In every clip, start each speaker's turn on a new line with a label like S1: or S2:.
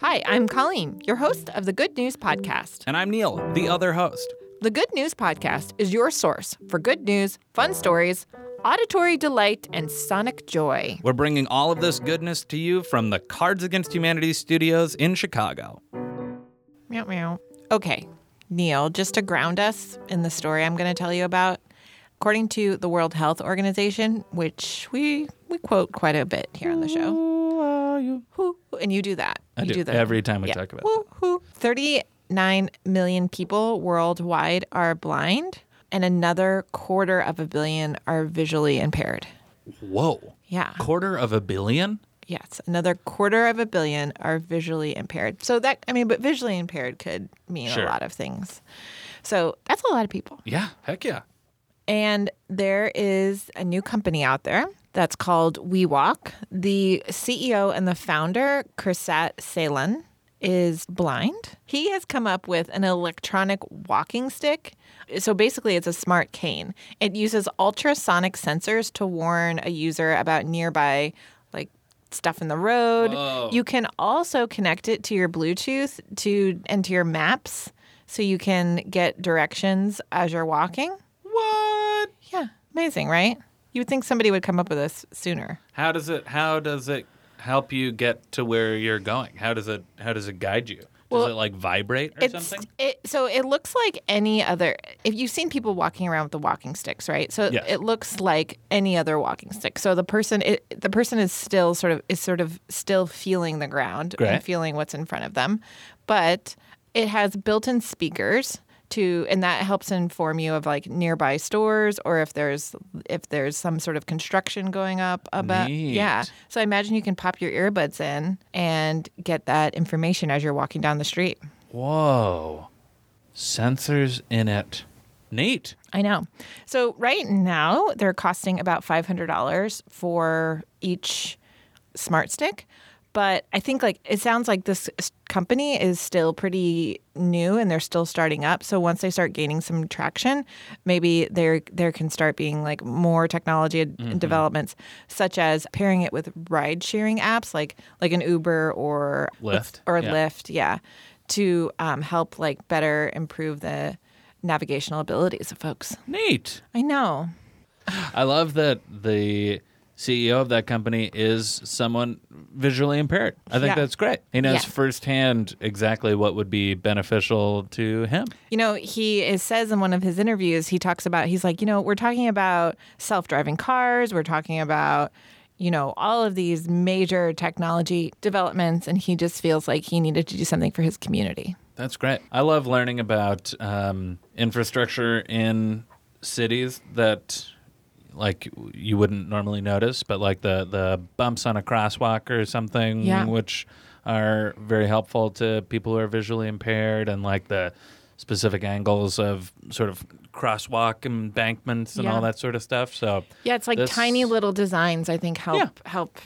S1: Hi, I'm Colleen, your host of the Good News Podcast.
S2: And I'm Neil, the other host.
S1: The Good News Podcast is your source for good news, fun stories, auditory delight, and sonic joy.
S2: We're bringing all of this goodness to you from the Cards Against Humanity studios in Chicago.
S1: Meow, meow. Okay, Neil, just to ground us in the story I'm going to tell you about, according to the World Health Organization, which we, we quote quite a bit here on the show. Whoo, and you do that.
S2: I
S1: you
S2: do,
S1: that
S2: every time we talk about
S1: Whoo, whoo. 39 million people worldwide are blind, and another quarter of a billion are visually impaired.
S2: Whoa.
S1: Yeah.
S2: Quarter of a billion?
S1: Yes, another quarter of a billion are visually impaired. So that I mean, but visually impaired could mean
S2: Sure.
S1: a lot of things. So that's a lot of people.
S2: Yeah, heck yeah.
S1: And there is a new company out there that's called WeWalk. The CEO and the founder, Krisat Salen, is blind. He has come up with an electronic walking stick. So basically, it's a smart cane. It uses ultrasonic sensors to warn a user about nearby, like, stuff in the road. You can also connect it to your Bluetooth to and to your maps so you can get directions as you're walking.
S2: What?
S1: Yeah, amazing, right? You would think somebody would come up with this sooner.
S2: How does it how does it help you get to where you're going? How does it how does it guide you? Does
S1: Well,
S2: it like vibrate or
S1: It's
S2: something?
S1: it, so it looks like any other. If you've seen people walking around with the walking sticks, right? So
S2: Yes.
S1: it looks like any other walking stick. So the person it, the person is still sort of is sort of still feeling the ground
S2: Great.
S1: and feeling what's in front of them, but it has built-in speakers to and that helps inform you of like nearby stores or if there's if there's some sort of construction going up about yeah
S2: Neat.
S1: So I imagine you can pop your earbuds in and get that information as you're walking down the street.
S2: Whoa. Sensors in it. Neat.
S1: I know. So right now they're costing about $500 for each smart stick, but I think like it sounds like this s- company is still pretty new and they're still starting up. So once they start gaining some traction, maybe there there can start being like more technology ad-
S2: Mm-hmm.
S1: developments such as pairing it with ride sharing apps like like an Uber or
S2: Lyft.
S1: or
S2: Yeah.
S1: Lyft, yeah, to um, help like better improve the navigational abilities of folks.
S2: Neat.
S1: I know.
S2: I love that the CEO of that company is someone visually impaired. I think
S1: Yeah.
S2: that's great. He knows
S1: Yeah.
S2: firsthand exactly what would be beneficial to him.
S1: You know, he is, says in one of his interviews, he talks about, he's like, you know, we're talking about self driving cars, we're talking about, you know, all of these major technology developments, and he just feels like he needed to do something for his community.
S2: That's great. I love learning about um, infrastructure in cities that like you wouldn't normally notice, but like the the bumps on a crosswalk or something,
S1: Yeah.
S2: which are very helpful to people who are visually impaired, and like the specific angles of sort of crosswalk embankments and
S1: Yeah.
S2: all that sort of stuff. So
S1: Yeah, it's like
S2: This-
S1: tiny little designs. I think help
S2: Yeah.
S1: help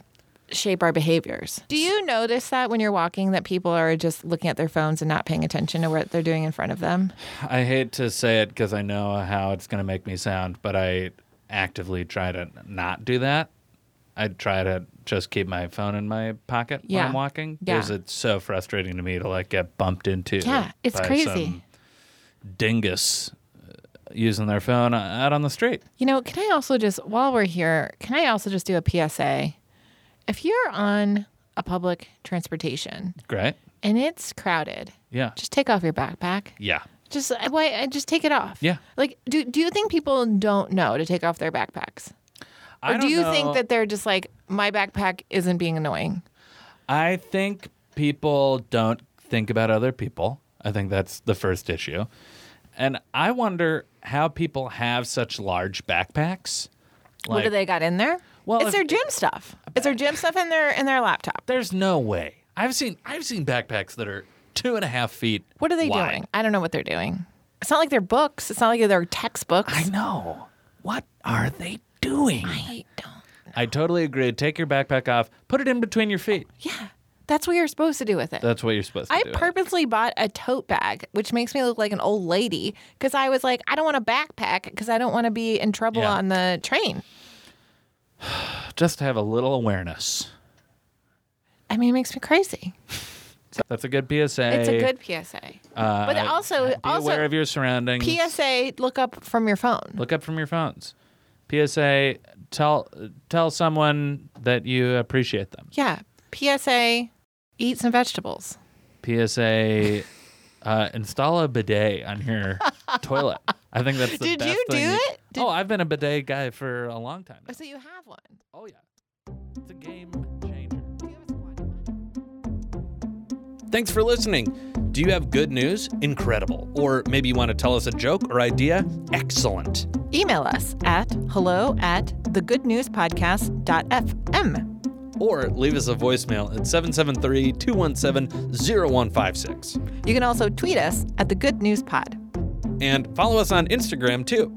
S1: shape our behaviors. Do you notice that when you're walking that people are just looking at their phones and not paying attention to what they're doing in front of them?
S2: I hate to say it because I know how it's going to make me sound, but I actively try to not do that. I try to just keep my phone in my pocket
S1: Yeah.
S2: when I'm walking
S1: Yeah.
S2: because it's so frustrating to me to like get bumped into.
S1: Yeah, it's
S2: by
S1: crazy.
S2: some dingus uh, using their phone uh, out on the street.
S1: You know, can I also just while we're here, can I also just do a PSA? If you're on a public transportation
S2: Great.
S1: and it's crowded,
S2: Yeah.
S1: just take off your backpack.
S2: yeah.
S1: Just uh, why I just take it off.
S2: Yeah.
S1: Like do do you think people don't know to take off their backpacks?
S2: I
S1: Or
S2: don't
S1: do you
S2: know-
S1: think that they're just like my backpack isn't being annoying?
S2: I think people don't think about other people. I think that's the first issue. And I wonder how people have such large backpacks.
S1: what do they got in there?
S2: Well,
S1: it's
S2: if-
S1: their gym stuff. It's their gym stuff in their in their laptop.
S2: There's no way. I've seen I've seen backpacks that are two and a half feet.
S1: What are they
S2: wide.
S1: doing? I don't know what they're doing. It's not like they're books. It's not like they're textbooks.
S2: I know. What are they doing? I,
S1: I don't.
S2: totally agree. Take your backpack off. Put it in between your feet.
S1: Oh, Yeah, that's what you're supposed to do with it.
S2: That's what you're supposed to
S1: I
S2: do.
S1: purposely bought a tote bag, which makes me look like an old lady because I was like, I don't want a backpack because I don't want to be in trouble
S2: Yeah.
S1: on the train.
S2: Just have a little awareness.
S1: I mean, it makes me crazy.
S2: So that's a good PSA.
S1: It's a good PSA.
S2: Uh,
S1: but also-
S2: be
S1: also-
S2: aware of your surroundings.
S1: PSA, look up from your phone.
S2: Look up from your phones. PSA. Tell tell someone that you appreciate them.
S1: Yeah. PSA, eat some vegetables.
S2: PSA. Uh, install a bidet on your toilet. I think that's the
S1: Did
S2: best
S1: you do
S2: thing
S1: it? Did-
S2: oh, I've been a bidet guy for a long time.
S1: So you have one.
S2: Oh yeah, it's a game changer.
S1: Do you have a squad?
S3: Thanks for listening. Do you have good news? Incredible. Or maybe you want to tell us a joke or idea? Excellent.
S1: Email us at hello at thegoodnewspodcast.fm.
S3: Or leave us a voicemail at 773 217 0156.
S1: You can also tweet us at the Good News Pod.
S3: And follow us on Instagram too.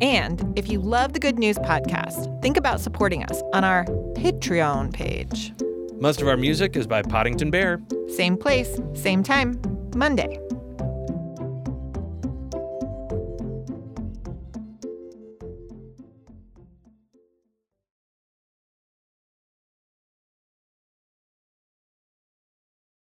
S1: And if you love the Good News Podcast, think about supporting us on our Patreon page.
S3: Most of our music is by Poddington Bear.
S1: Same place, same time, Monday.